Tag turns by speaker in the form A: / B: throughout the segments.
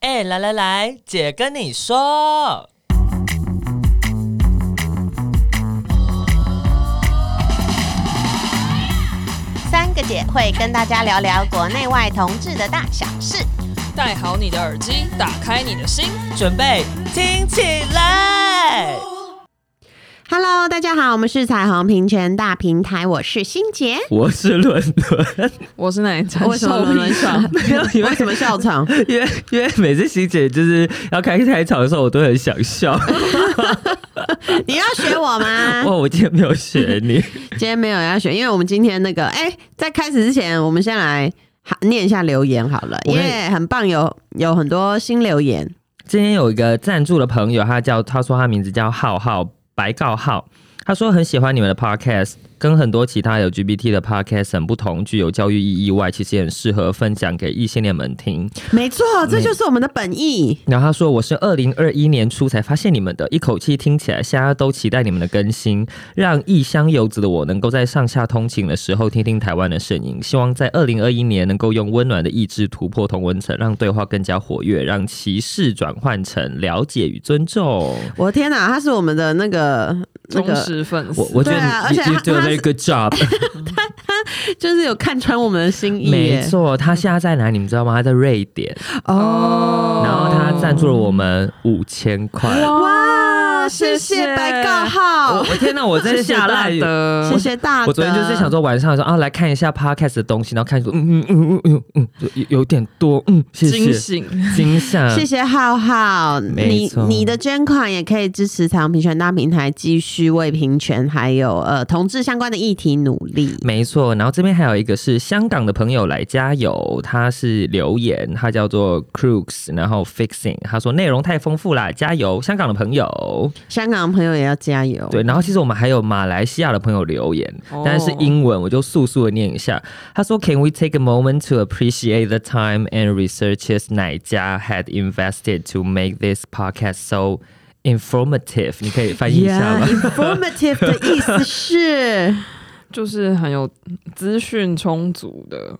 A: 哎、来来来，姐跟你说，
B: 三个姐会跟大家聊聊国内外同志的大小事。
C: 戴好你的耳机，打开你的心。
A: 准备听起来。
B: Hello，大家好，我们是彩虹平权大平台，我是欣杰。
D: 我是伦伦，
C: 我是奶茶，
B: 为什么轮轮爽？
D: 没有因为
B: 为什么笑场？
D: 因为因为每次欣姐就是要开开场的时候，我都很想 笑。
A: 啊
B: 你要学我吗
D: 哇，？我今天没有学你，
B: 今天没有要学，因为我们今天那个，哎、在开始之前，我们先来哈念一下留言好了，
D: 我
B: 因
D: 跟你
B: 为很棒，有有很多新留言。
D: 今天有一个赞助的朋友，他叫他说他名字叫浩浩白告浩，他说很喜欢你们的 podcast，跟很多其他 LGBT 的 podcast 很不同，具有教育意义外，其实也很适合分享给异性恋们听。
B: 没错，这就是我们的本意。
D: 然后他说我是二零二一年初才发现你们的，一口气听起来，现在都期待你们的更新，让异乡游子的我能够在上下通勤的时候听听台湾的声音。希望在二零二一年能够用温暖的意志突破同温层，让对话更加活跃，让歧视转换成了解与尊重。
B: 我的天哪，他是我们的那个 那
C: 忠
B: 个
C: 实粉丝
D: 我，我觉得
B: 对啊
D: 你、
B: 而且
D: you
B: 他
D: do a
B: 他是
D: very good job，
B: 就是有看穿我们的心意耶。
D: 没错，他现在在哪？你们知道吗？他在瑞典，
B: 哦，
D: 然后他赞助了我们五千块。
B: 哇，哦谢
C: 谢
B: 谢
C: 谢
B: 白告
D: 我
B: 号，
D: 啊我天哪！我真的吓
C: 大
D: 烂
C: 的，
B: 谢谢大德。
D: 我昨天就是想说晚上的时候啊，来看一下 podcast 的东西，然后看说嗯嗯嗯嗯嗯嗯，有有点多，嗯，谢
C: 惊
D: 谢
C: 醒。
D: 惊吓，
B: 谢谢浩浩，
D: 嗯没
B: 你
D: 错
B: 你的捐款也可以支持彩虹平权大平台，继续为平权还有呃同志相关的议题努力。
D: 没错，然后这边还有一个是香港的朋友来加油，他是留言，他叫做 Crooks，然后 Fixing，他说内容太丰富啦，加油，香港的朋友。
B: 香港的朋友也要加油。
D: 对，然后其实我们还有马来西亚的朋友留言
C: 哦，
D: 但是英文，我就速速的念一下。他说：“Can we take a moment to appreciate the time and researches Naija had invested to make this podcast so informative？” 你可以翻译一下吗
B: Yeah，informative 的意思 是，
C: 就是很有资讯充足的，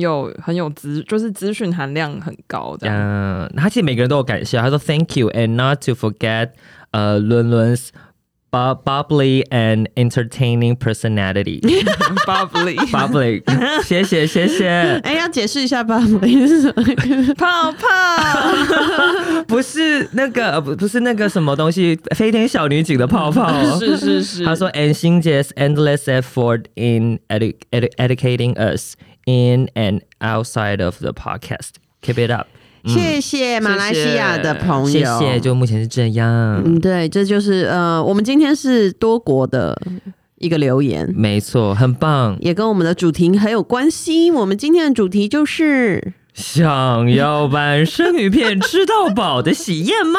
C: 有很有资，就是资讯含量很高的。
D: 嗯他其实每个人都有感谢。他说：“Thank you and not to forget，呃，伦伦。” bu- Bubbly and entertaining personality.
C: Bubbly
D: Bubbly，谢谢谢谢，
B: 哎、要解释一下吧，我的意思是什么？
D: 嗯
C: 泡泡，
D: 不是那个，呃不不是那个什么东西，飞天小女警的泡泡 哦。
C: 是是是，
D: 他说，And Xinjia's endless effort in edu edu educating us in and outside of the podcast. Keep it up，
B: 谢谢马来西亚的朋友，
D: 谢谢。就目前是这样，
B: 嗯，对，这就是呃，我们今天是多国的一个留言，
D: 没错，很棒。
B: 也跟我们的主题很有关系。我们今天的主题就是
D: 想要版生鱼片吃到饱的喜宴 吗？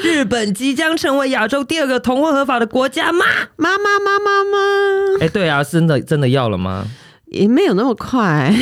D: 日本即将成为亚洲第二个同婚合法的国 家吗？
B: 妈妈妈妈妈，
D: 哎、对啊，真的真的要了吗？
B: 也没有那么快。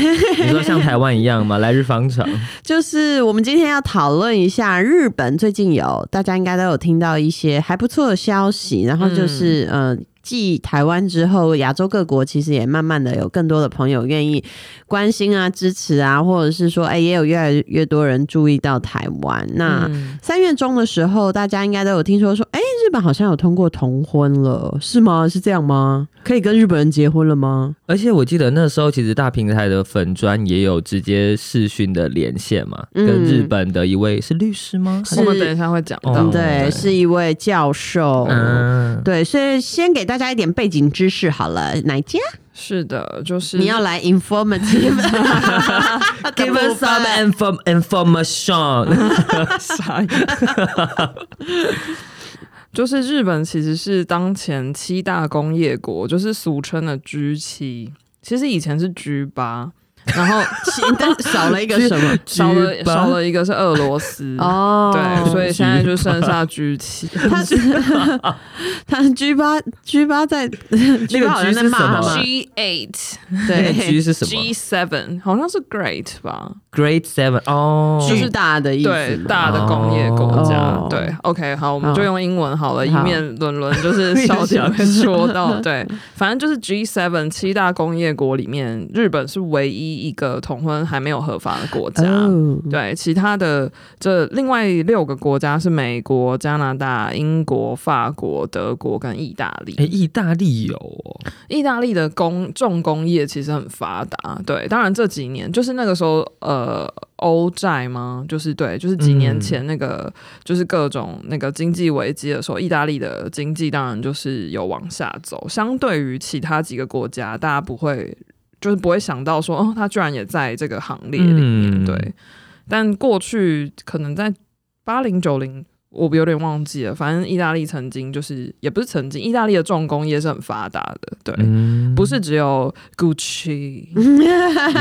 D: 你说像台湾一样吗？来日方长。
B: 就是我们今天要讨论一下日本最近有大家应该都有听到一些还不错的消息，然后就是、呃。继台湾之后，亚洲各国其实也慢慢的有更多的朋友愿意关心啊、支持啊，或者是说，哎、也有越来越多人注意到台湾。那
C: 嗯
B: 三、月中的时候，大家应该都有听说说，哎、日本好像有通过同婚了，是吗？是这样吗？可以跟日本人结婚了吗？
D: 而且我记得那时候，其实大平台的粉砖也有直接视讯的连线嘛，
B: 嗯
D: 跟日本的一位是律师吗？
B: 是
C: 我们等一下会讲到。
D: 哦
B: 对，
D: 对
B: 是一位教授。
D: 嗯，
B: 对，所以先给大家一点背景知识好了。哪一家？
C: 是的，就是
B: 你要来 informative 的
D: give
B: 部
D: us some
B: 分。
D: inform information。
C: 傻眼。就是日本其实是当前七大工业国，就是俗称的 G 七，其实以前是 G 八，然后
B: 但少了一 个什么？
C: 少了
D: G8
C: 少了一个是俄罗斯。
B: 哦，
C: 对，所以现在就剩下 G 七，
B: 他是他是 G 八 G 八 在 G 八好像在骂他
D: 那个 G 是什
B: 们
D: 么，
C: G eight、
A: 哎
D: 那个 G
B: 对，
D: 是什
C: G
D: 么
C: seven 好像是 Great 吧？
D: ？Grade Seven 哦，
B: 巨大的意思
C: 对，
B: 嘛，
C: 大的工业国家。
B: 哦
C: 对，OK，好，我们
B: 好
C: 就用英文好了，以
B: 好
C: 免伦伦就是 笑点会说到。对，反正就是 G seven 七大工业国里面，日本是唯一一个同婚还没有合法的国家。
B: 哦，
C: 对，其他的这另外六个国家是美国、加拿大、英国、法国、德国跟意大利。
D: 哎、意大利有哦，
C: 意大利的工重工业其实很发达，对，当然这几年就是那个时候，呃，欧债吗？就是对，就是几年前那个、就是各种那个经济危机的时候，意大利的经济当然就是有往下走，相对于其他几个国家，大家不会就是不会想到说，哦，它居然也在这个行列里面，
D: 嗯
C: 对。但过去可能在八零九零我有点忘记了，反正意大利曾经就是也不是曾经，意大利的重工业是很发达的，对，
D: 嗯，
C: 不是只有 Gucci，、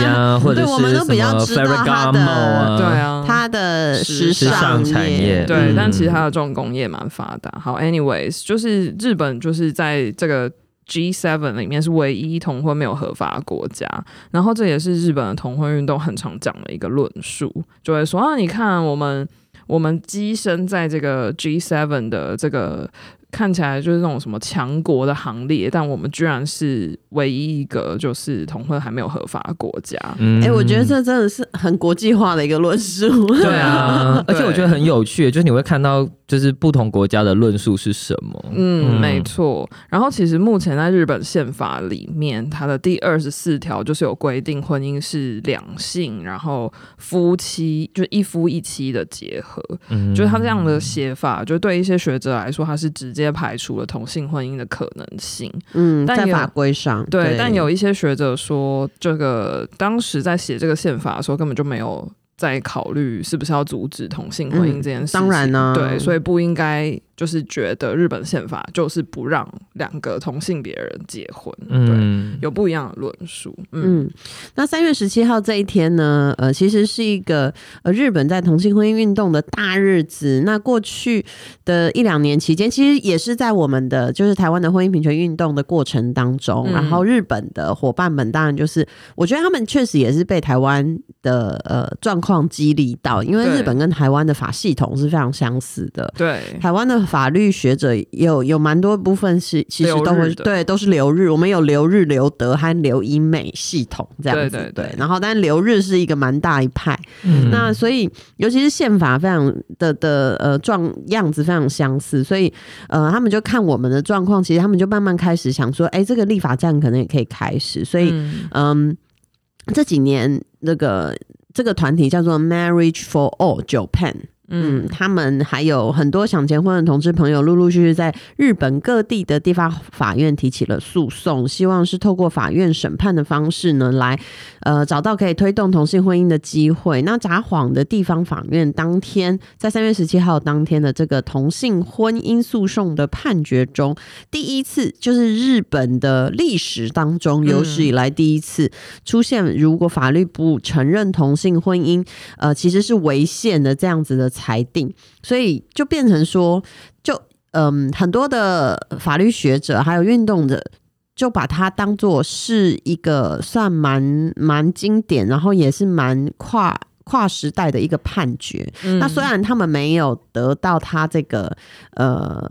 D: 呀，或者
B: 对我们
D: 是
B: 都
D: 什
B: 比较
D: 么
B: 知道它
D: Ferragamo
B: 的
D: 啊，
C: 对，啊，
B: 它的
C: 时
B: 时
D: 时尚产业
B: 业，
C: 对，
D: 嗯
C: 但其他的重工业蛮发达。好，anyways，就是日本就是在这个 G7 里面是唯一同婚没有合法的国家，然后这也是日本的同婚运动很常讲的一个论述，就会说啊，你看我们我们跻身在这个 G7 的这个。看起来就是那种什么强国的行列，但我们居然是唯一一个就是同婚还没有合法的国家。
D: 嗯
B: 哎、我觉得这真的是很国际化的一个论述。
C: 对
D: 对 啊，而且我觉得很有趣，就是你会看到就是不同国家的论述是什么。
C: 嗯，
D: 嗯
C: 没错。然后其实目前在日本宪法里面，它的第二十四条就是有规定婚姻是两性，然后夫妻就是一夫一妻的结合，
D: 嗯，
C: 就是它这样的写法，就对一些学者来说，它是直接排除了同性婚姻的可能性。
B: 嗯，
C: 但
B: 在
C: 有
B: 法规上，
C: 对，但有一些学者说，这个当时在写这个宪法的时候，根本就没有在考虑是不是要阻止同性婚姻
B: 嗯
C: 这件事情。
B: 当然呢、
C: 对，所
B: 以
C: 以不应该就是觉得日本宪法就是不让两个同性别人结婚，对，
D: 嗯，
C: 有不一样的论述，嗯。
B: 嗯，那三月十七号这一天呢，呃，其实是一个呃日本在同性婚姻运动的大日子。那过去的一两年期间，其实也是在我们的就是台湾的婚姻平权运动的过程当中，
C: 嗯
B: 然后日本的伙伴们当然就是，我觉得他们确实也是被台湾的呃状况激励到，因为
C: 对
B: 日本跟台湾的法系统是非常相似的。
C: 对，
B: 台湾的法律学者也有有蛮多部分是其实都
C: 留
B: 会
C: 日的
B: 对都是留日，我们有留日、留德和留英美系统这样子
C: 对对对
B: 然后但留日是一个蛮大一派，
D: 嗯
B: 那所以尤其是宪法非常的的呃状样子非常相似，所以呃他们就看我们的状况，其实他们就慢慢开始想说，哎、这个立法战可能也可以开始，所以
C: 嗯
B: 嗯，这几年那个这个团体叫做 Marriage for All Japan。嗯，
C: 嗯
B: 他们还有很多想结婚的同志朋友，陆陆续续在日本各地的地方法院提起了诉讼，希望是透过法院审判的方式呢，来呃找到可以推动同性婚姻的机会。那札幌的地方法院当天在三月十七号当天的这个同性婚姻诉讼的判决中，第一次就是日本的历史当中有史以来第一次出现，如果法律不承认同性婚姻，呃，其实是违宪的这样子的裁定，所以就变成说，就嗯，很多的法律学者还有运动者。就把它当做是一个算蛮蛮经典，然后也是蛮跨跨时代的一个判决。
C: 嗯
B: 那虽然他们没有得到他这个呃，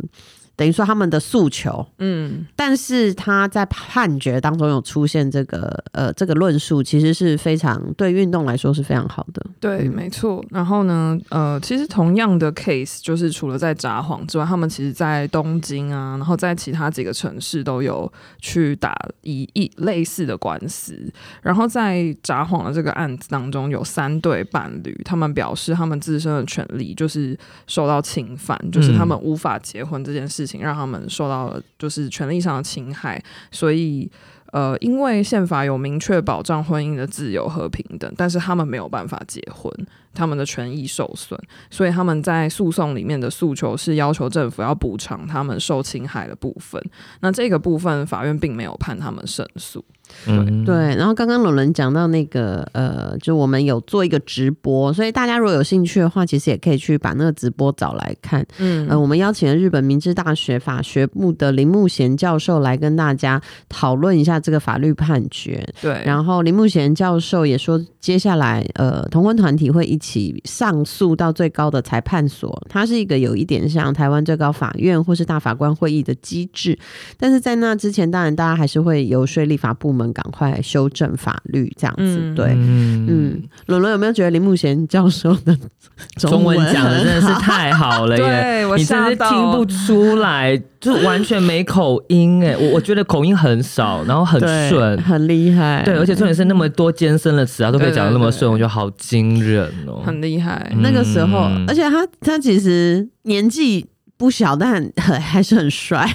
B: 等于说他们的诉求，
C: 嗯
B: 但是他在判决当中有出现这个呃这个论述，其实是非常对运动来说是非常好的。
C: 对，没错。然后呢，呃，其实同样的 case 就是除了在札幌之外，他们其实在东京啊，然后在其他几个城市都有去打一一类似的官司。然后在札幌的这个案子当中，有三对伴侣，他们表示他们自身的权利就是受到侵犯，就是他们无法结婚这件事情，让他们受到了就是权利上的侵害，所以。呃，因为宪法有明确保障婚姻的自由和平等，但是他们没有办法结婚，他们的权益受损，所以他们在诉讼里面的诉求是要求政府要补偿他们受侵害的部分。那这个部分法院并没有判他们胜诉。
D: 嗯，
B: 对，然后刚刚有人讲到那个呃，就我们有做一个直播，所以大家如果有兴趣的话，其实也可以去把那个直播找来看。
C: 嗯
B: 呃，我们邀请了日本明治大学法学部的铃木贤教授来跟大家讨论一下这个法律判决。
C: 对，后
B: 然后林木贤教授也说，接下来呃，同婚团体会一起上诉到最高的裁判所，它是一个有一点像台湾最高法院或是大法官会议的机制，但是在那之前，当然大家还是会游说立法部门赶快修正法律，这样子。
C: 嗯
B: 对，嗯，伦伦有没有觉得林木贤教授的
D: 中文
B: 文
D: 讲的真的是
B: 很好
D: 太 好了耶！
C: 对我
D: 你真
C: 吓
D: 是
C: 到
D: 听不出来，就完全没口音哎。我我觉得口音很少，然后很
B: 对
D: 顺，
B: 很厉害？
D: 对，而且重点是那么多艰深的词啊，都可以讲的那么顺，我觉得好惊人哦。
C: 很厉害。
D: 嗯
B: 那个时候，
D: 嗯
B: 而且他他其实年纪不小，但很很还是很帅，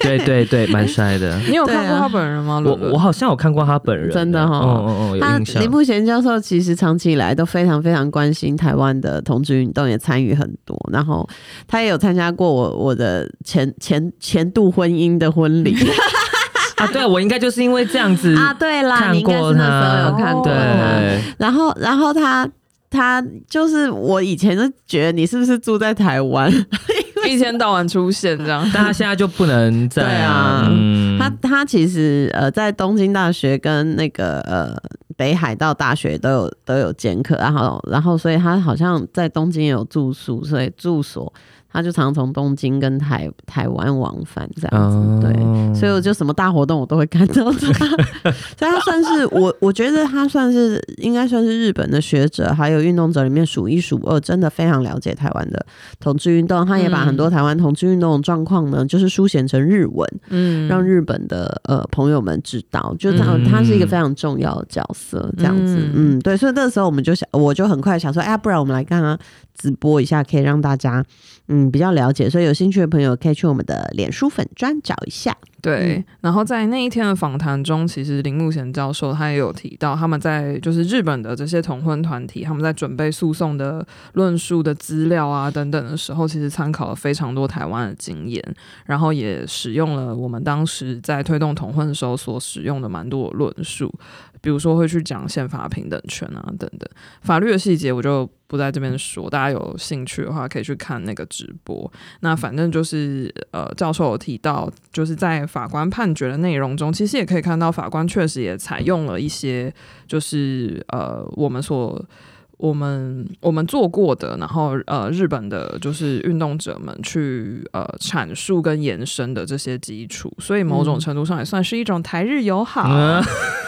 D: 对对对，蛮帅 的。
C: 你有
B: 对
C: 看过
B: 啊
C: 他本人吗？
D: 我
C: 伦伦
D: 我好像有看过他本人，
B: 真的哦
D: 哦哦哦，有
B: 他
D: 印象
B: 林。木贤教授其实长期以来都非常非常关心台湾的同志运动，也参与很多。然后他也有参加过我我的前前前度婚姻的婚礼
D: 啊，对我应该就是因为这样子
B: 啊，对啦，你
D: 看
B: 应该
D: 过
B: 是那时候
D: 他，
B: 有看过他。
D: 对，，
B: 然后，然后他他就是我以前就觉得你是不是住在台湾？
C: 一天到晚出现这样
D: 但他现在就不能再
B: 对啊
D: 嗯
B: 他他其实呃，在东京大学跟那个呃北海道大学呃都有都有兼课，然后然后所以他好像在东京也有住宿，所以住所他就常从东京跟台台湾往返这样子，
D: 哦
B: 对。所以我就什么大活动我都会看到他，所以他算是我，我觉得他算是应该算是日本的学者，还有运动者里面数一数二，真的非常了解台湾的同志运动。他也把很多台湾同志运动的状况呢，就是书写成日文，
C: 嗯
B: 让日本的呃朋友们知道，就他、
D: 嗯
B: 他是一个非常重要的角色，这样子，
C: 嗯
B: 嗯对，所以那时候我们就想，我就很快想说，哎呀，不然我们来看他直播一下，可以让大家嗯比较了解，所以有兴趣的朋友可以去我们的脸书粉专找一下，
C: 对
B: 嗯。
C: 然后在那一天的访谈中，其实林木贤教授他也有提到，他们在就是日本的这些同婚团体，他们在准备诉讼的论述的资料啊等等的时候，其实参考了非常多台湾的经验，然后也使用了我们当时在推动同婚的时候所使用的蛮多的论述，比如说会去讲宪法平等权啊等等。法律的细节我就不在这边说，大家有兴趣的话可以去看那个直播。那反正就是呃，教授有提到，就是在法官判决的内容中，其实也可以看到法官确实也采用了一些，就是呃，我们所。我们我们做过的，然后呃，日本的就是运动者们去呃阐述跟延伸的这些基础，所以某种程度上也算是一种台日友好。
D: 嗯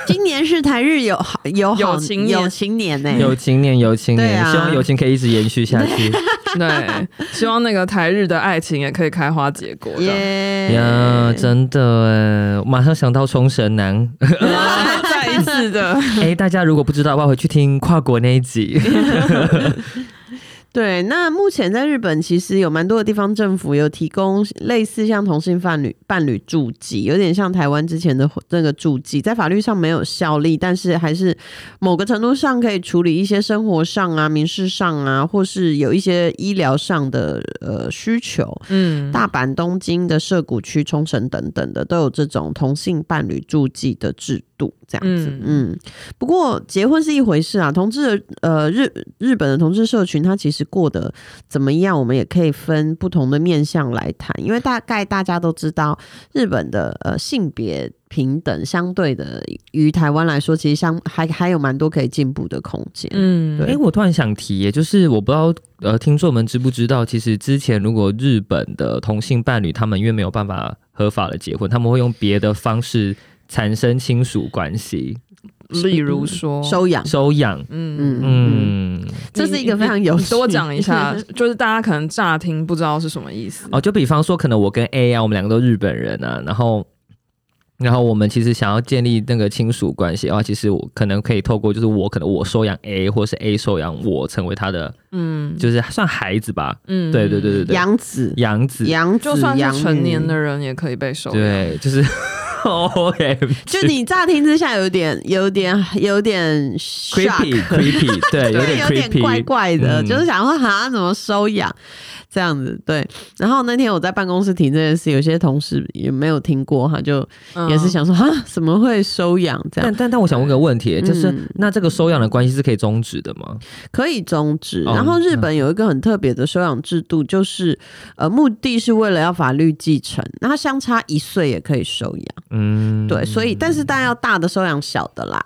B: 今年是台日友好友好
C: 友情年
B: 友情年呢、
D: 友情念友情
B: 对
D: 念，
B: 啊
D: 希望友情可以一直延续下去。
C: 对，希望那个台日的爱情也可以开花结果。这样
B: 耶
D: 呀，真的哎，我马上想到冲绳男。
C: 哇 再一次的，
D: 哎，大家如果不知道的话，回去听跨国那一集。
B: 对，那目前在日本其实有蛮多的地方政府有提供类似像同性伴侣伴侣住记，有点像台湾之前的那个住记，在法律上没有效力，但是还是某个程度上可以处理一些生活上啊、民事上啊，或是有一些医疗上的呃需求。
C: 嗯，
B: 大阪、东京的涉谷区、冲绳等等的，都有这种同性伴侣住记的制度，这样子。
C: 嗯
B: 嗯不过结婚是一回事啊，同志的呃日日本的同志社群，它其实过得怎么样，我们也可以分不同的面向来谈，因为大概大家都知道，日本的呃性别。平等相对的，于台湾来说，其实相还还有蛮多可以进步的空间。
C: 嗯，
D: 哎、
B: 对
D: 我突然想提耶，就是我不知道呃，听众们知不知道，其实之前如果日本的同性伴侣他们因为没有办法合法的结婚，他们会用别的方式产生亲属关系，
C: 例如说，
B: 收养，
D: 收养。
C: 嗯
B: 嗯
D: 嗯，
B: 这是一个非常
C: 你
B: 有
C: 你
B: 趣。
C: 多讲一下，就是大家可能乍听不知道是什么意思。
D: 哦，就比方说，可能我跟 A 啊，我们两个都日本人啊，然后。然后我们其实想要建立那个亲属关系的话，其实我可能可以透过就是我可能我收养 A，或是 A 收养我，成为他的
C: 嗯
D: 就是算孩子吧，
C: 嗯
D: 对对对对对嗯
B: 养子，
D: 养子，
B: 养子
C: 就算
B: 养
C: 是成年
B: 女
C: 的人也可以被收养。
D: 对，就是 O M，
B: 就你乍听之下有点、有点、有点
D: creepy
B: shock，
D: creepy，对，有
B: 对，
D: 点
B: 有点
D: creepy，
B: 怪怪的，
D: 嗯
B: 就是想说哈怎么收养这样子。对，然后那天我在办公室提这件事，有些同事也没有听过哈，就
C: 嗯
B: 也是想说哈怎么会收养这样
D: 但，但但我想问个问题，就是、
B: 嗯
D: 那这个收养的关系是可以终止的吗？
B: 可以终止。
D: 哦
B: 然后日本有一个很特别的收养制度，就是呃目的是为了要法律继承，那它相差一岁也可以收养。
D: 嗯，
B: 对，所以但是当然要大的收养小的啦，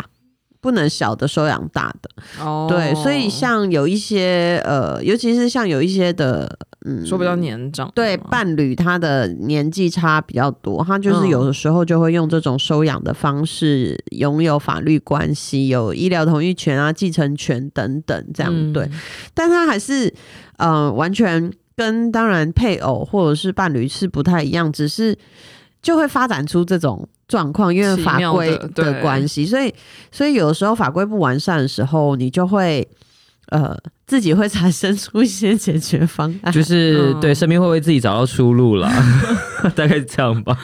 B: 不能小的收养大的。
C: 哦，
B: 对，所以像有一些呃，尤其是像有一些的嗯
C: 说比较年长，
B: 对
C: 吗
B: 伴侣他的年纪差比较多，他就是
C: 嗯
B: 有的时候就会用这种收养的方式拥有法律关系，有医疗同意权啊、继承权等等这样、
C: 嗯
B: 对，，但他还是呃完全跟当然配偶或者是伴侣是不太一样，只是就会发展出这种状况，因为
C: 奇
B: 法
C: 妙
B: 规
C: 的对
B: 的关系，所以所以有的时候法规不完善的时候，你就会呃自己会产生出一些解决方案，
D: 就是、
C: 嗯
D: 对生命会为自己找到出路了， 大概是这样吧。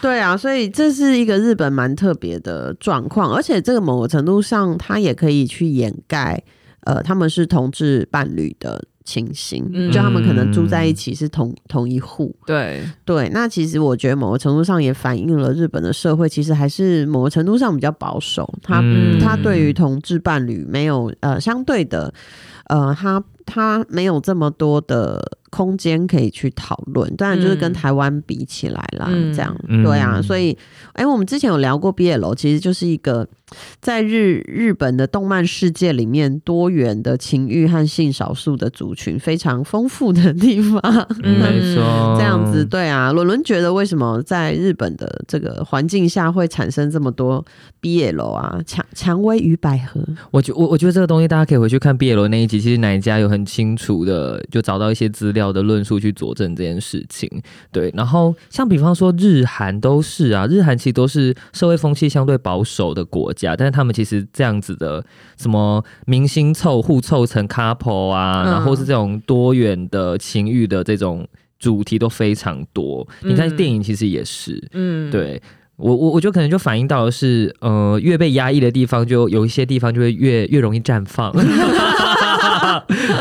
B: 对啊，所以这是一个日本蛮特别的状况，而且这个某个程度上，它也可以去掩盖，呃，他们是同志伴侣的情形，
C: 嗯
B: 就他们可能住在一起是同同一户。
C: 对，
B: 对，那其实我觉得某个程度上也反映了日本的社会其实还是某个程度上比较保守，他
D: 嗯
B: 他对于同志伴侣没有呃相对的，呃，他他没有这么多的空间可以去讨论，当然就是跟
C: 嗯
B: 台湾比起来啦，
C: 嗯
B: 这样
D: 嗯
B: 对啊，所以哎、我们之前有聊过 BL，其实就是一个在日日本的动漫世界里面多元的情欲和性少数的族群非常丰富的地方。
D: 嗯
C: 嗯
D: 没错，
B: 这样子，
D: 嗯
B: 对啊，伦伦觉得为什么在日本的这个环境下会产生这么多 BL 啊，蔷蔷薇与百合？
D: 我觉我我觉得这个东西大家可以回去看毕业楼那一集，其实哪一家有很清楚的就找到一些资料的论述去佐证这件事情。对，然后像比方说日韩都是啊，日韩其实都是社会风气相对保守的国家，但是他们其实这样子的什么明星凑互凑成 couple 啊，
C: 嗯
D: 然后是这种多元的情欲的这种主题都非常多。你看
C: 嗯
D: 电影其实也是，
C: 嗯，
D: 对我我我就可能就反映到的是，呃，越被压抑的地方，就有一些地方就会越越容易绽放。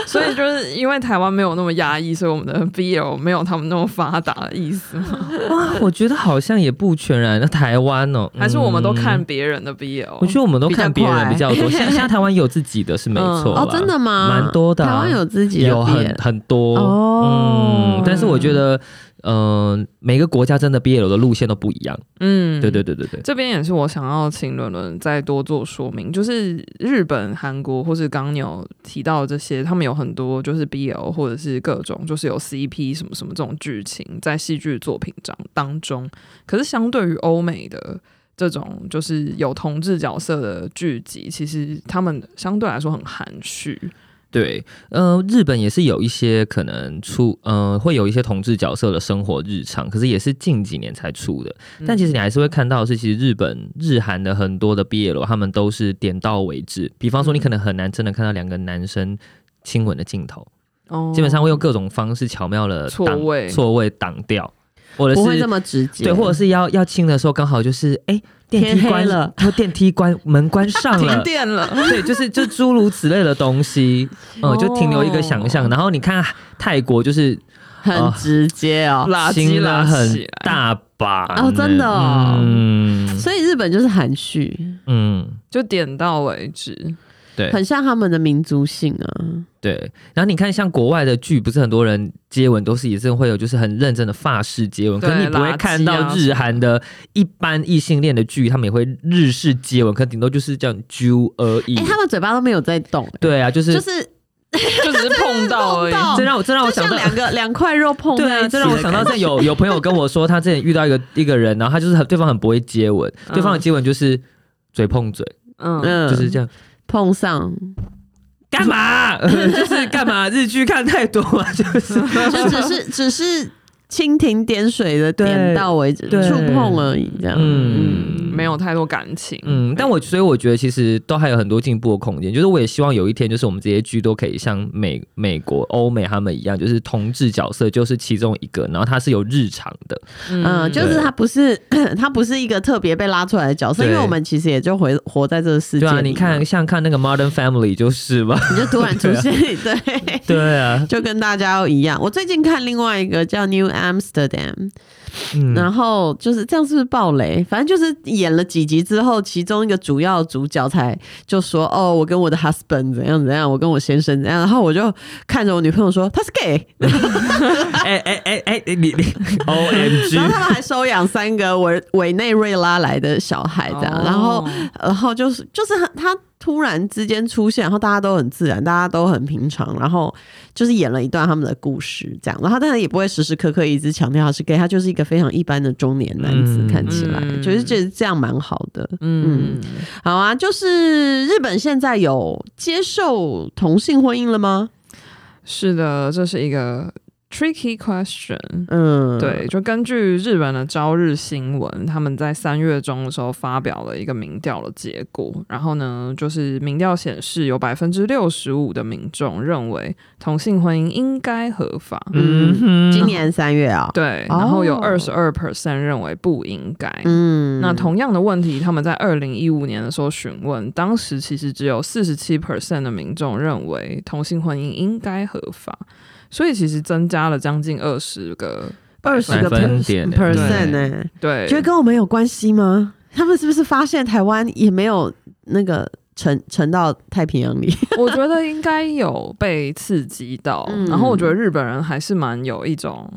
C: 所以就是因为台湾没有那么压抑，所以我们的 BL 没有他们那么发达的意思吗？
D: 啊我觉得好像也不全然，那台湾哦，
C: 还是我们都看
D: 嗯？
C: 别人的 BL？
D: 我觉得我们都
B: 比较
D: 看别人
B: 快
D: 比较多，现在现在台湾有自己的是没错啦、
B: 哦，真的吗？
D: 蛮多的啊
B: 台湾有自己的
D: 有很
B: BL
D: 很多
B: 哦
D: 嗯，但是我觉得，呃，每个国家真的 BL 的路线都不一样。
C: 嗯
D: 对对对对对，
C: 这边也是我想要请伦伦再多做说明，就是日本、韩国或是刚刚你有提到的这些，他们有很多就是 BL 或者是各种就是有 CP 什么什么这种剧情在戏剧作品当当中，可是相对于欧美的。这种就是有同志角色的剧集，其实他们相对来说很含蓄，
D: 对，呃，日本也是有一些可能出，呃，会有一些同志角色的生活日常，可是也是近几年才出的。但
B: 嗯
D: 其实你还是会看到的是，其实日本、日韩的很多的 BL，他们都是点到为止。比方说，
B: 嗯
D: 你可能很难真的看到两个男生亲吻的镜头，
C: 哦
D: 基本上会用各种方式巧妙的
C: 错位
D: 错位挡掉，或者
B: 不会这
D: 是
B: 么直接，
D: 对，或者是要要亲的时候刚好就是哎。电
B: 天
D: 梯
B: 黑
D: 关
B: 了，
D: 或电梯关门关上了
C: 停，电了，
D: 对，就是就诸如此类的东西，嗯，就停留一个想
B: 哦
D: 象。然后你看泰国就是
B: 很
D: 啊
B: 直接哦。
C: 垃圾
D: 新
C: 拉
D: 了
C: 起
D: 很
C: 来，
D: 大把呢
B: 哦真的哦
D: 嗯
B: 所以日本就是含蓄，
D: 嗯，
C: 就点到为止。
D: 对嗯
B: 很像他们的民族性啊。
D: 对。然后你看像国外的剧，不是很多人接吻都是也是会有就是很认真的法式接吻，可
C: 对
D: 是你不会看
C: 垃圾
D: 到
C: 啊
D: 日韩的一般异性恋的剧，他们也会日式接吻，可顶多就是这样揪而已
B: 哎、。他们嘴巴都没有在动、
D: 对啊，就是
B: 就是
C: 就只是碰到而已。
B: 碰
D: 这让我这让我
B: 就
D: 想
B: 像
D: 到
B: 两个两块肉碰在一
D: 对，啊
B: 起
D: 这让我
B: 的
D: 想
B: 感
D: 到
B: 觉
D: 这有有朋友跟我说，他之前遇到一个一个人，然后他就是很对方很不会接吻，
C: 嗯
D: 对方的接吻就是嘴碰嘴，
C: 嗯，
B: 嗯，
D: 就是这样。
B: 碰上，
D: 干嘛？ 就是干嘛？日剧看太多嘛， 就是
B: 就只是只是蜻蜓点水的
D: 对
B: 点到为止，
D: 对
B: 触碰而已，这样。嗯，
D: 嗯
C: 没有太多感情。
D: 嗯，但我所以我觉得其实都还有很多进步的空间。就是我也希望有一天，就是我们这些剧都可以像美美国、欧美他们一样，就是同志角色就是其中一个，然后它是有日常的。
B: 嗯，就是他不是 他不是一个特别被拉出来的角色，
D: 对
B: 因为我们其实也就活活在这个世界
D: 对
B: 里嘛。
D: 啊，你看像看那个《Modern Family》就是嘛。
B: 你就突然出现， 对，
D: 对啊，
B: 就跟大家一样。我最近看另外一个叫《New Amsterdam》，
D: 嗯，
B: 然后就是这样，是不是暴雷？反正就是演了几集之后，其中一个主要主角才就说：“哦，我跟我的 husband 怎样怎样，我跟我先生怎样。”然后我就看着我女朋友说：“他是 gay。
D: 哎哎哎哎，你你 O M ”
B: 然
D: G
B: 后。他们还收养
C: 哦
B: 三个委委内瑞拉来的小孩，这样。然后，然后就是就是很他突然之间出现，然后大家都很自然，大家都很平常，然后就是演了一段他们的故事这样。然后当然也不会时时刻刻一直强调他是 gay，他就是一个非常一般的中年男子，
D: 嗯
B: 看起来、
C: 嗯
B: 就是觉得这样蛮好的。
C: 嗯，
B: 好啊，就是日本现在有接受同性婚姻了吗？
C: 是的，这是一个 tricky question。
B: 嗯，
C: 对，，就根据日本的朝日新闻，他们在三月中的时候发表了一个民调的结果，然后呢，就是民调显示有百分之六十五的民众认为同性婚姻应该合法，
D: 嗯哼，
B: 今年三月啊、
C: 对，然后有
B: 哦
C: 二十二 percent 认为不应该。
B: 嗯，
C: 那同样的问题，他们在二零一五年的时候询问，当时其实只有四十七 percent 的民众认为同性婚姻应该合法，所以其实增加了将近二十个嗯
B: 二十个
D: 百分点
B: percent 呢、
C: 对，
B: 觉得跟我们有关系吗？他们是不是发现台湾也没有那个沉沉到太平洋里？
C: 我觉得应该有被刺激到。
B: 嗯
C: 然后我觉得日本人还是蛮有一种，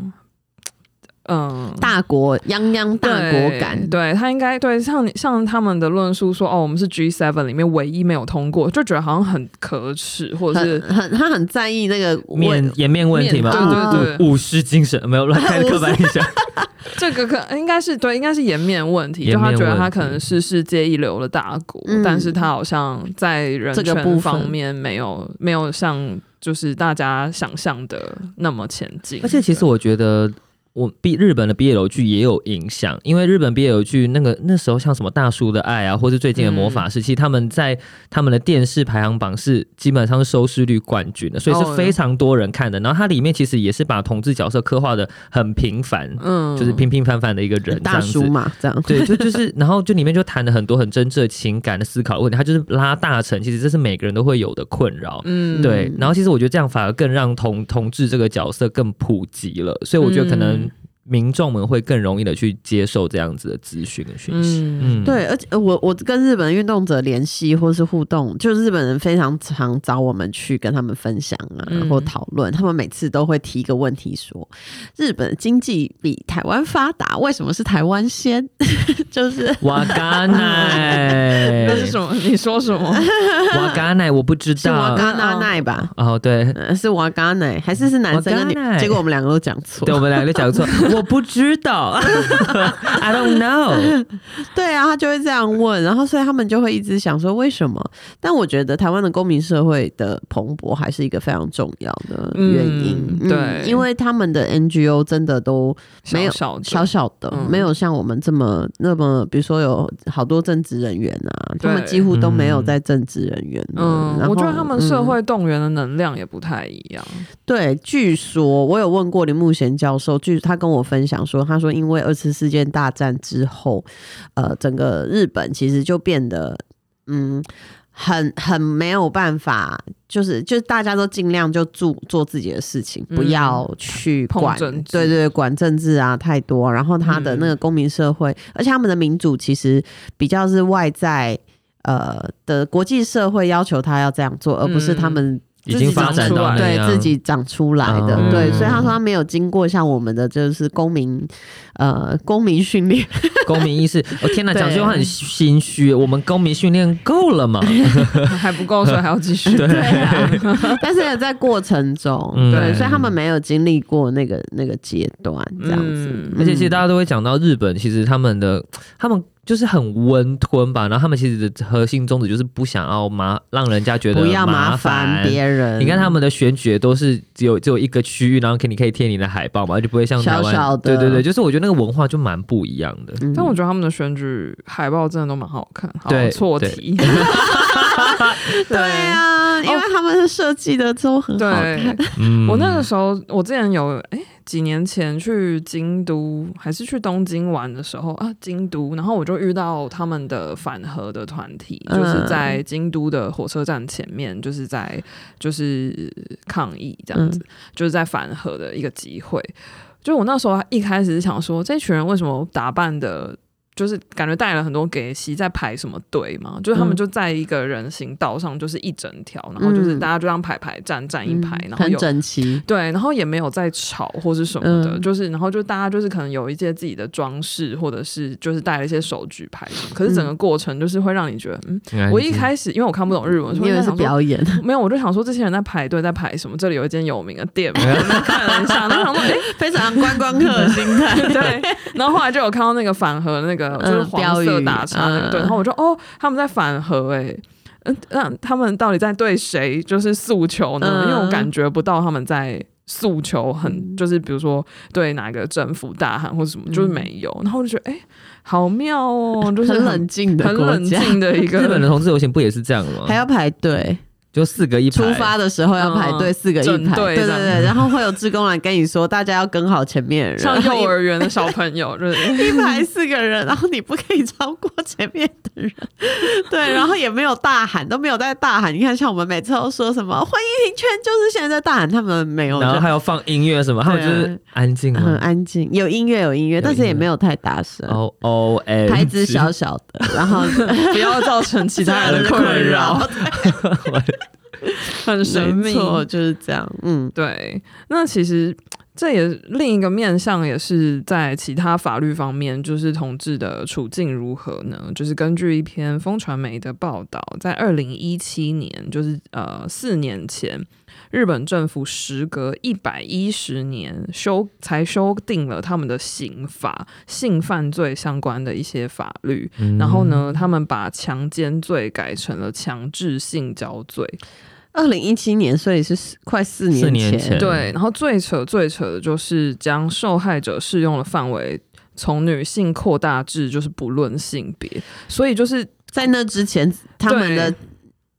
C: 嗯，
B: 大国泱泱大国感，
C: 对对他应该对像像他们的论述说，哦，我们是 G seven 里面唯一没有通过，就觉得好像很可耻，或者
B: 很
C: 是
B: 很他很在意那个
D: 面颜面问题嘛，
C: 面
B: 对
C: 对对
D: 武武士精神没有乱 开刻板印象，
C: 这个可应该是对，应该是颜面问题，
D: 颜
C: 就
D: 面
C: 他
D: 问题
C: 觉得他可能是世界一流的大国，
B: 嗯
C: 但是他好像在人
B: 这个部
C: 权
B: 分
C: 方面没有没有像就是大家想象的那么前进，
D: 而且其实我觉得。我毕日本的 BL 剧也有影响，因为日本 BL 剧那个那时候像什么《大叔的爱》啊，或是最近的《魔法时期》，他们在他们的电视排行榜是基本上是收视率冠军的，所以
C: 哦
D: 是非常多人看的。然后它里面其实也是把同志角色刻画的很平凡，
C: 嗯
D: 就是平平凡凡的一个人，这
B: 大
D: 样子
B: 叔。嘛，这样。
D: 对，就就是，然后就里面就谈了很多很真挚的情感的思考的问题，他就是拉大成，其实这是每个人都会有的困扰。
C: 嗯
D: 对，然后其实我觉得这样反而更让同同志这个角色更普及了，所以我觉得可能
C: 嗯
D: 民众们会更容易的去接受这样子的资讯跟讯息。
C: 嗯
D: 嗯，
B: 对，而且呃我我跟日本运动者联系或是互动，就是日本人非常常找我们去跟他们分享啊、
C: 嗯
B: 或讨论，他们每次都会提一个问题说，日本经济比台湾发达，为什么是台湾先？ 就是
D: 瓦嘎 奈，
C: 那是什么？你说什 么？
D: 瓦嘎奈，我不知
B: 是瓦
D: 道。
B: 嘎纳奈吧？
D: 啊哦，对，
B: 呃，是瓦嘎奈还是是男生跟女
D: 瓦
C: 欸
D: 嘎？奈
B: 结果我们两个都讲错。
D: 对，我们两个都讲错， 我不知道 ，I don't know。
B: 对啊，他就会这样问，然后所以他们就会一直想说为什么？但我觉得台湾的公民社会的蓬勃还是一个非常重要的原因，
C: 嗯对
B: 因为他们的 NGO 真的都没有
C: 小
B: 小
C: 小的
B: 小的，
C: 嗯
B: 没有像我们这么那么，比如说有好多政治人员啊，他们
C: 对
B: 几乎都没有在政治人员的。
C: 嗯，
B: 然后
C: 我觉得他们社、
B: 嗯
C: 会动员的能量也不太一 样。
B: 对，据说我有问过林木贤教授，据他跟我分享说，他说因为二次世界大战之后，呃，整个日本其实就变得嗯。很很没有办法，就是就是大家都尽量就做做自己的事情，
C: 嗯
B: 不要去
C: 碰
B: 管，
C: 政治
B: 对对对，管政治啊太多。然后他的
C: 嗯
B: 那个公民社会，而且他们的民主其实比较是外在呃的国际社会要求他要这样做，而不是他
C: 嗯
B: 们
D: 已经发展到那
B: 对
D: 样，
B: 自己长出来的，
D: 嗯
B: 对，所以他说他没有经过像我们的就是公民，呃，公民训练，
D: 公民意识。哦天哪，
B: 对
D: 讲这句话很心虚。我们公民训练够了吗？
C: 还不够，所以还要继续。对
B: 对啊， 但是也在过程中，
D: 嗯
B: 对，
C: 对
B: 所以他们没有经历过那个那个阶段这样子，
C: 嗯
D: 而且其实大家都会讲到日本，其实他们的他们就是很温吞吧，然后他们其实的核心宗旨就是不想要麻让人家觉得
B: 嗯不要麻
D: 烦
B: 烦。别人，
D: 你看他。们的选举都是只有只有一个区域，然后可以你可以贴你的海报嘛，就不会像台湾。
B: 小小的
D: 对对对，就是我觉得那个文化就蛮不一样的。
B: 嗯
C: 但我觉得他们的选举海报真的都蛮好看，好
D: 对
C: 错
D: 对
C: 题，
B: 对啊，因为他们的设计的都很好看，
C: 对，
D: 嗯
C: 我那个时候，我之前有哎、几年前去京都还是去东京玩的时候啊，京都，然后我就遇到他们的反核的团体，
B: 嗯
C: 就是在京都的火车站前面，就是在就是抗议这样子，
B: 嗯
C: 就是在反核的一个集会。就我那时候一开始是想说，这群人为什么打扮的？就是感觉带了很多给息在排什么队
B: 嗯
C: 嘛，就是他们就在一个人行道上，就是一整条，然后就是
B: 嗯
C: 大家就这样排排站站一排，
B: 嗯
C: 然后
B: 很
C: 有
B: 整齐，
C: 对，然后也没有在吵或是什么的，
B: 嗯
C: 就是然后就大家就是可能有一些自己的装饰，或者是就是带了一些手举牌什么，可是整个过程就是会让你觉得，嗯，
D: 哎
C: 我一开始因为我看不懂日文，
B: 因
C: 所以
B: 为
C: 我就是想说
B: 表演，
C: 没有，我就想说这些人在排队在排什么？这里有一间有名的店，然后就看了一下，然后想说，哎、
B: 非常观光客的心态。
C: 对，然后后来就有看到那个反核那个就是
B: 嗯
C: 黄色打叉那
B: 标
C: 个
B: 语
C: 对，
B: 嗯
C: 然后我就哦，他们在反核哎、嗯，那他们到底在对谁就是诉求
B: 嗯
C: 呢？因为我感觉不到他们在诉求很，
B: 嗯
C: 就是比如说对哪个政府大喊或者什么，就是没有。然后我就觉得哎、好妙哦，就是
B: 很冷静的
C: 很
B: 国
C: 冷
B: 家，
C: 静的 一个
D: 日本的同志游行不也是这样吗？
B: 还要排队。
D: 就四个一排
B: 出发的时候要排队
C: 嗯
B: 四个一
C: 整
B: 排，
C: 队
B: 对对
C: 这样
B: 对，然后会有志工来跟你说，大家要跟好前面的人，
C: 像幼儿园的小朋友，就是
B: 一排四个人，然后你不可以超过前面的人， 对，然后也没有大喊，都没有在大喊。你看，像我们每次都说什么欢迎平权，就是现在在大喊，他们没有，
D: 然后
B: 就
D: 还有放音乐什么，还有就是安静
B: 很
D: 吗
B: 安静，有音乐有音乐，但是也没有太大声，
D: ？O 哦 O M，
B: 牌子小小 的，然后
C: 不要造成其他人的困扰， 很神
B: 没
C: 秘。
B: 错，就是这样，嗯。
C: 对，那其实这也另一个面向，也是在其他法律方面，就是同志的处境如何呢？就是根据一篇风传媒的报道，在二零一七年，就是呃四年前，日本政府时隔一百一十年修才修订了他们的刑法性犯罪相关的一些法律，
D: 嗯
C: 然后呢，他们把强奸罪改成了强制性交罪。
B: 二零一七年，所以是四快四
D: 四
B: 年
D: 年前
C: 对，然后最扯最扯的就是将受害者适用的范围从女性扩大至就是不论性别，所以就是
B: 在那之前，他们的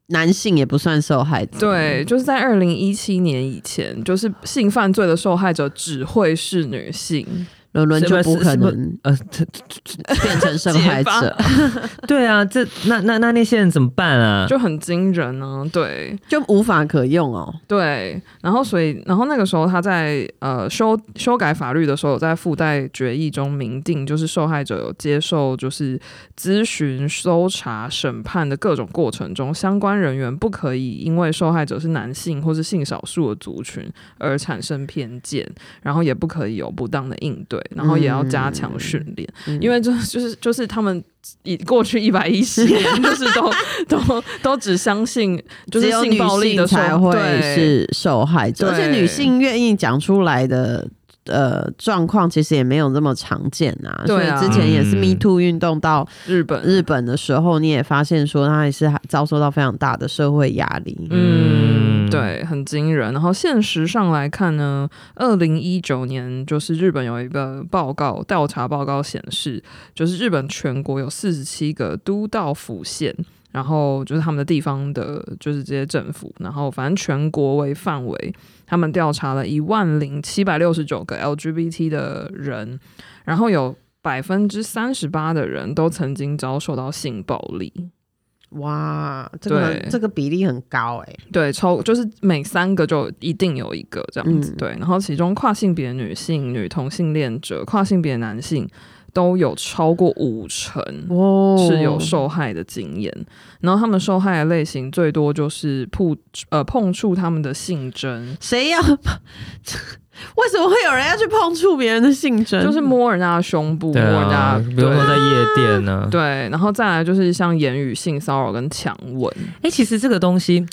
B: 男性也不算受害者。
C: 对，就是在二零一七年以前，就是性犯罪的受害者只会是女性。
B: 伦伦就不可能
D: 呃，这
B: 变成受害者，
D: 对啊，这那那那那些人怎么办啊？
C: 就很惊人呢、对
B: 就无法可用哦。
C: 对，然后所以，然后那个时候他在呃修修改法律的时候，有在附带决议中明定，就是受害者有接受就是咨询、搜查、审判的各种过程中，相关人员不可以因为受害者是男性或是性少数的族群而产生偏见，然后也不可以有不当的应对，然后也要加强训练，
B: 嗯
C: 因为这就是就是他们以过去一百一十 年就是都都都只相信就是
B: 只有
C: 性
B: 女
C: 暴力的
B: 性
C: 受
B: 才会
C: 对
B: 是受害者，
C: 对
B: 而且女性愿意讲出来的。呃，状况其实也没有那么常见啊，所
C: 对
B: 以
C: 啊
B: 之前也是
D: 嗯
B: Me Too 运动到
C: 日本
B: 日本的时候，你也发现说，它也是遭受到非常大的社会压力。
C: 嗯
D: 嗯，
C: 对，很惊人。然后现实上来看呢，二零一九年就是日本有一个报告调查报告显示，就是日本全国有四十七个都道府县。然后就是他们的地方的，就是这些政府，然后反正全国为范围，他们调查了一万零七百六十九个 LGBT 的人，然后有百分之三十八的人都曾经遭受到性暴力。
B: 哇，这个
C: 对
B: 这个比例很高哎、
C: 对，超就是每三个就一定有一个这样子，
B: 嗯
C: 对。然后其中跨性别女性、女同性恋者、跨性别男性都有超过五成
B: 哦
C: 是有受害的经验，然后他们受害的类型最多就是碰呃碰触他们的性征，
B: 谁要？ 为什么会有人要去碰触别人的性征？
C: 就是摸人家的胸部，
D: 对
C: 摸人家
D: 啊，比如说
C: 对
D: 在夜店啊呢，
C: 对，然后再来就是像言语性骚扰跟强吻，
D: 哎，其实这个东西，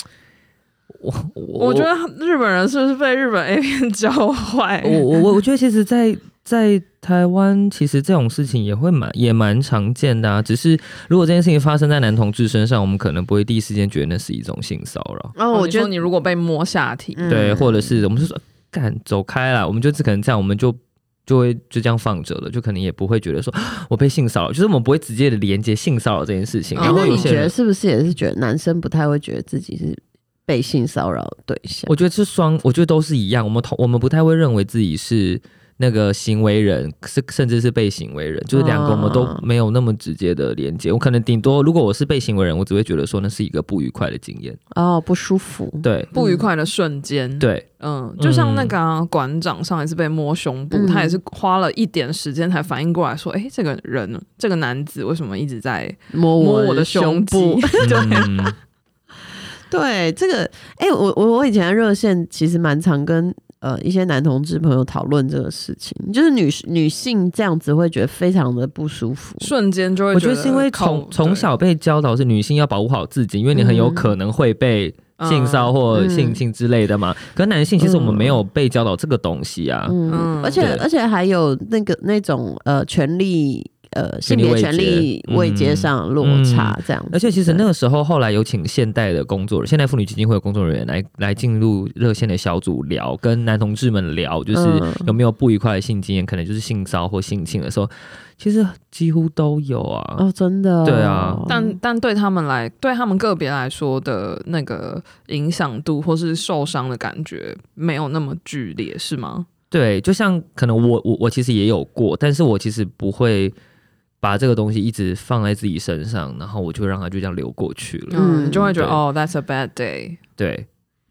D: 我
C: 我觉得日本人是不是被日本 A 片 教坏？
D: 我
B: 哦
D: 我我我觉得其实在，在台湾，其实这种事情也会蛮也蛮常见的啊。只是如果这件事情发生在男同志身上，我们可能不会第一时间觉得那是一种性骚扰，
B: 哦，
C: 哦
B: 我
C: 你
B: 觉
C: 说
B: 得
C: 你如果被摸下体，
B: 嗯
D: 对，或者是我们就说干走开啦，我们就只可能这样，我们就。就会就这样放着了，就可能也不会觉得说 啊我被性骚扰，就是我们不会直接的连接性骚扰这件事
C: 嗯
D: 情。然后
B: 那
D: 有
B: 你
D: 些
B: 觉得
D: 人，
B: 是不是也是觉得男生不太会觉得自己是被性骚扰的对象？
D: 我觉得是双，我觉得都是一样。我们同我们不太会认为自己是那个行为人，是甚至是被行为人，就是两个我们都
B: 哦
D: 没有那么直接的连接。我可能顶多如果我是被行为人，我只会觉得说那是一个不愉快的经验。
B: 哦，不舒服。
D: 对
C: 不愉快的瞬间，，
D: 嗯对，
C: 嗯，就像那个啊、馆长上一次被摸胸部，
B: 嗯
C: 他也是花了一点时间才反应过来，说：“哎、这个人，这个男子为什么一直在
B: 摸
C: 摸
B: 我
C: 我的
B: 胸
C: 胸
B: 部
C: 部。
D: 嗯，
B: 对这个，哎、我我我以前在热线其实蛮常跟呃一些男同志朋友讨论这个事情，就是女女性这样子会觉得非常的不舒服。
C: 瞬间就会
D: 我
C: 觉
D: 觉得是因为
C: 靠
D: 从
C: 对
D: 从小被教导是女性要保护好自己，因为你很有可能会被性骚或
B: 嗯
D: 性侵之类的嘛。可是男性其实我们没有被教导这个东西啊。
B: 嗯，
C: 嗯
B: 而且
D: 对
B: 而且还有那个那种呃权利呃性
D: 权利
B: 别
D: 位
B: 权利
D: 阶
B: 位阶
D: 嗯
B: 上落差这样子。
D: 而且其实
B: 对
D: 那个时候，后来有请现代的工作人，现代妇女基金会的工作人员来来进入热线的小组聊，跟男同志们聊，就是
B: 嗯
D: 有没有不愉快的性经验，可能就是性骚或性侵的时候，其实几乎都有啊。
B: 哦，真的哦、
D: 对啊
C: 但但对他们来，对他们个别来说的那个影响度或是受伤的感觉没有那么剧烈，是吗？
D: 对，就像可能我我我其实也有过，但是我其实不会把这个东西一直放在自己身上，然后我就让它就这样流过去了。
B: 嗯
C: 嗯，你就会觉得
D: 对
C: 哦，that's a bad day。
D: 对，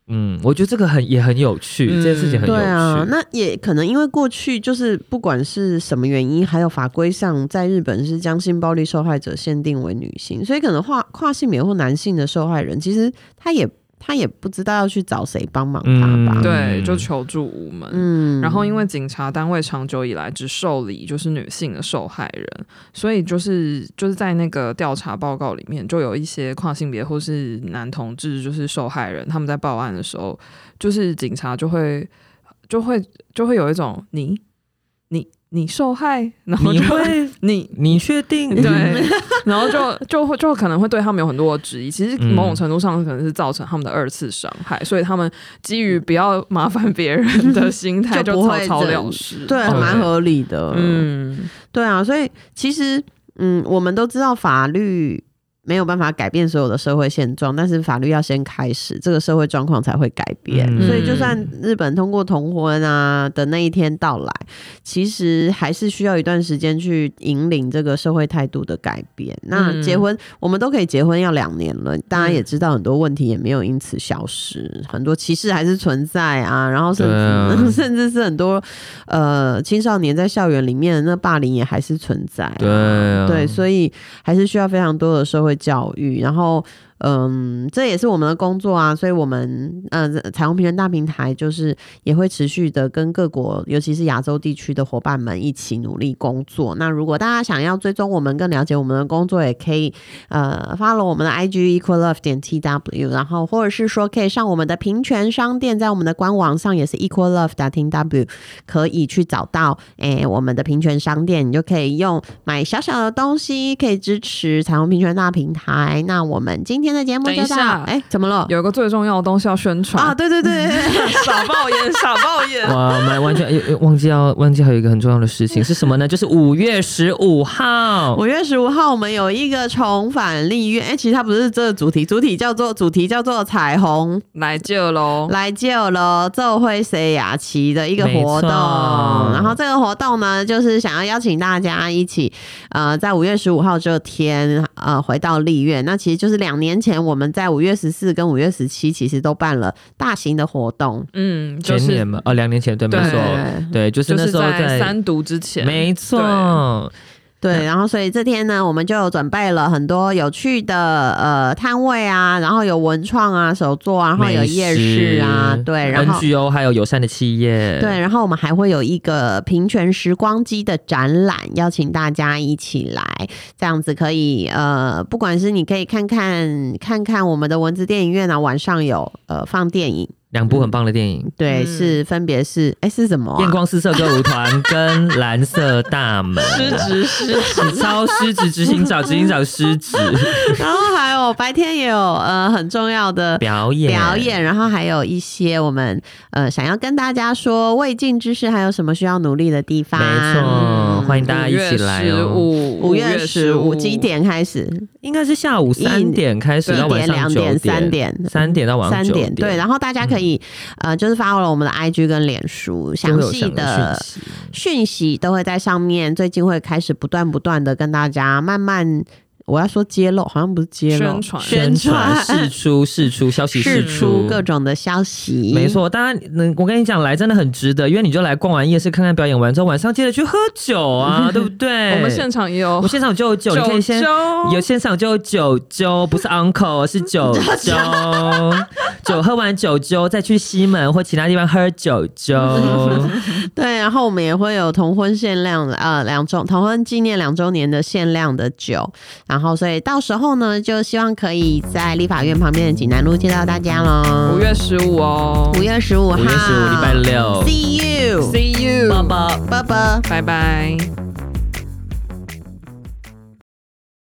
D: 嗯，我觉得这个很也很有趣，
C: 嗯
D: 这件事情很有
B: 对
D: 趣。
B: 啊，那也可能因为过去就是不管是什么原因，还有法规上，在日本是将性暴力受害者限定为女性，所以可能跨跨性别或男性的受害人，其实他也他也不知道要去找谁帮忙他吧。
D: 嗯
C: 对，就求助无门。
B: 嗯
C: 然后，因为警察单位长久以来只受理就是女性的受害人，所以就是就是在那个调查报告里面，就有一些跨性别或是男同志就是受害人，他们在报案的时候，就是警察就会就会就会有一种你你你受害，然后
D: 你
C: 就
D: 会
C: 你
D: 你确 定？
C: 对，然后就就会就可能会对他们有很多的质疑。其实
D: 嗯
C: 某种程度上可能是造成他们的二次伤害，所以他们基于不要麻烦别人 的心态，
B: 就
C: 就
B: 不
C: 草
B: 会
C: 草
B: 这
C: 了事。
B: 对
D: 对
B: 蛮合理的。嗯，
C: 嗯，
B: 对啊，所以其实嗯，我们都知道法律。没有办法改变所有的社会现状，但是法律要先开始，这个社会状况才会改变。
D: 嗯
B: 所以，就算日本通过同婚啊的那一天到来，其实还是需要一段时间去引领这个社会态度的改变。那
C: 嗯
B: 结婚，我们都可以结婚要两年了，大家
C: 嗯
B: 也知道很多问题也没有因此消失，很多歧视还是存在啊。然后甚至、
D: 对啊
B: 甚至是很多呃青少年在校园里面的那霸凌也还是存在、啊。
D: 对啊
B: 对，所以还是需要非常多的社会教育，然后。嗯，这也是我们的工作啊，所以我们呃，彩虹平权大平台就是也会持续的跟各国，尤其是亚洲地区的伙伴们一起努力工作。那如果大家想要追踪我们、更了解我们的工作，也可以呃 follow 我们的 IG equal love 点 tw，然后或者是说可以上我们的平权商店，在我们的官网上也是 equal love 点 tw，可以去找到诶、我们的平权商店，你就可以用买小小的东西，可以支持彩虹平权大平台。那我们今天的节目
C: 等
B: 就
C: 一
B: 到，
C: 下
B: 哎、怎么了？
C: 有一个最重要的东西要宣传
B: 啊，，对对对，
C: 傻爆眼，傻爆眼。
D: 哇，蛮完全哎哎忘记要忘记还有一个很重要的事情是什么呢？就是五月十五号，
B: 五月十五号我们有一个重返立院，哎、其实它不是这个主题，主体叫做主题叫做彩虹
C: 来救
D: 哦
C: 喽！
B: 来救了奏会谁雅琪的一个
D: 没
B: 活动，
D: 错
B: 然后这个活动呢，就是想要邀请大家一起，呃，在五月十五号这天，呃，回到立院。那其实就是两年前我们在五月十四跟五月十七其实都办了大型的活动，
C: 嗯，就
D: 前
C: 是
D: 年嘛，哦，两年前对，没
C: 对
D: 错，对，就是
C: 就
D: 那
C: 是
D: 时候
C: 在三读之前，
D: 没错，
B: 对，然后所以这天呢，我们就有准备了很多有趣的呃摊位啊，然后有文创啊、手作啊，然后有
D: 美
B: 夜市啊
D: 食，
B: 对，然后。
D: NGO 还有友善的企业，
B: 对，然后我们还会有一个平权时光机的展览，邀请大家一起来，这样子可以呃，不管是你可以看看看看我们的文字电影院啊，晚上有呃放电影，
D: 两部很棒的电影。
B: 对，
C: 嗯
B: 是分别是哎是什么、
D: 艳
B: 啊？
D: 光四射歌舞团跟蓝色大门，
C: 失职失职。
D: 超失职执行长，执行长失职，
B: 然后还有有哦白天也有呃很重要的
D: 表演
B: 表演，然后还有一些我们呃想要跟大家说未尽之事，还有什么需要努力的地方？
D: 没错，欢迎大家一起来哦。
C: 五
B: 五月十五几？点开始？
D: 应该是下午三点开始
B: 一
D: 到晚
B: 点、
D: 上
B: 两
D: 九
B: 点、三点、
D: 三点嗯到晚上
B: 三
D: 九
B: 点对，然后大家可以、呃，就是发了我们的 IG 跟脸书，详细的
D: 讯息
B: 讯息都会在上面。最近会开始不断不断的跟大家慢慢，我要说揭露，好像不是揭露，
C: 宣传
D: 宣传
B: 宣
D: 释 出释出消息
B: 释
D: 释
B: 出各种的消息，
D: 没。错，当然，能我跟你讲，来真的很值得，因为你就来逛完夜市，看看表演完之后，晚上接着去喝酒 啊，对不对？
C: 我们现场也有
D: 我现场就有酒，你可以先有现场就有酒酒，不是 uncle 是酒 酒，酒喝完酒酒再去西门或其他地方喝酒 酒，
B: 对，然后我们也会有同婚限量呃两周同婚纪念两周年的限量的酒，然后所以到时候呢，就希望可以在立法院旁边的济南路见到大家喽。
C: 五月十五哦
B: 五月十五号，
D: 五月十五礼拜六。
B: ，See you，
C: ，See you，
B: 啵啵。
C: 拜拜。